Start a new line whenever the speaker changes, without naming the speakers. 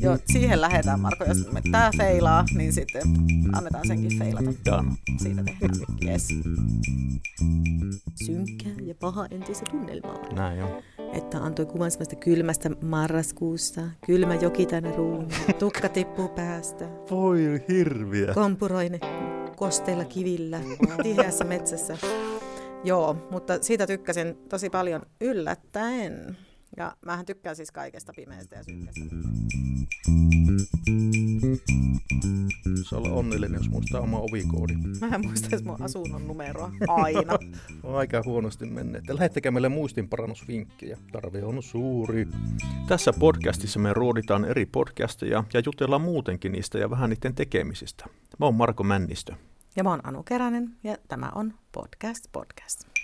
Joo, siihen lähdetään Marko. Jos me tää feilaa, niin sitten annetaan senkin feilata.
Done.
Siitä tehdään. Yes. Synkkä ja paha entistä tunnelmaa.
Näin joo.
Että antoi kuvan semmoista kylmästä marraskuusta. Kylmä joki tänä ruumiin. Tukka tippuu päästä.
Voi hirviä.
Kompuroine kosteilla kivillä, tiheässä metsässä. Joo, mutta siitä tykkäsin tosi paljon yllättäen. Ja mähän tykkään siis kaikesta pimeästä ja synkästä.
Saa olla onnellinen, jos muistaa oma ovikoodi.
Mä en muista edes mun asunnon numeroa aina.
On aika huonosti menneet. Lähettäkää meille muistinparannusvinkkejä. Tarve on suuri. Tässä podcastissa me ruoditaan eri podcasteja ja jutellaan muutenkin niistä ja vähän niiden tekemisistä. Mä oon Marko Männistö.
Ja mä oon Anu Keränen ja tämä on Podcast Podcast.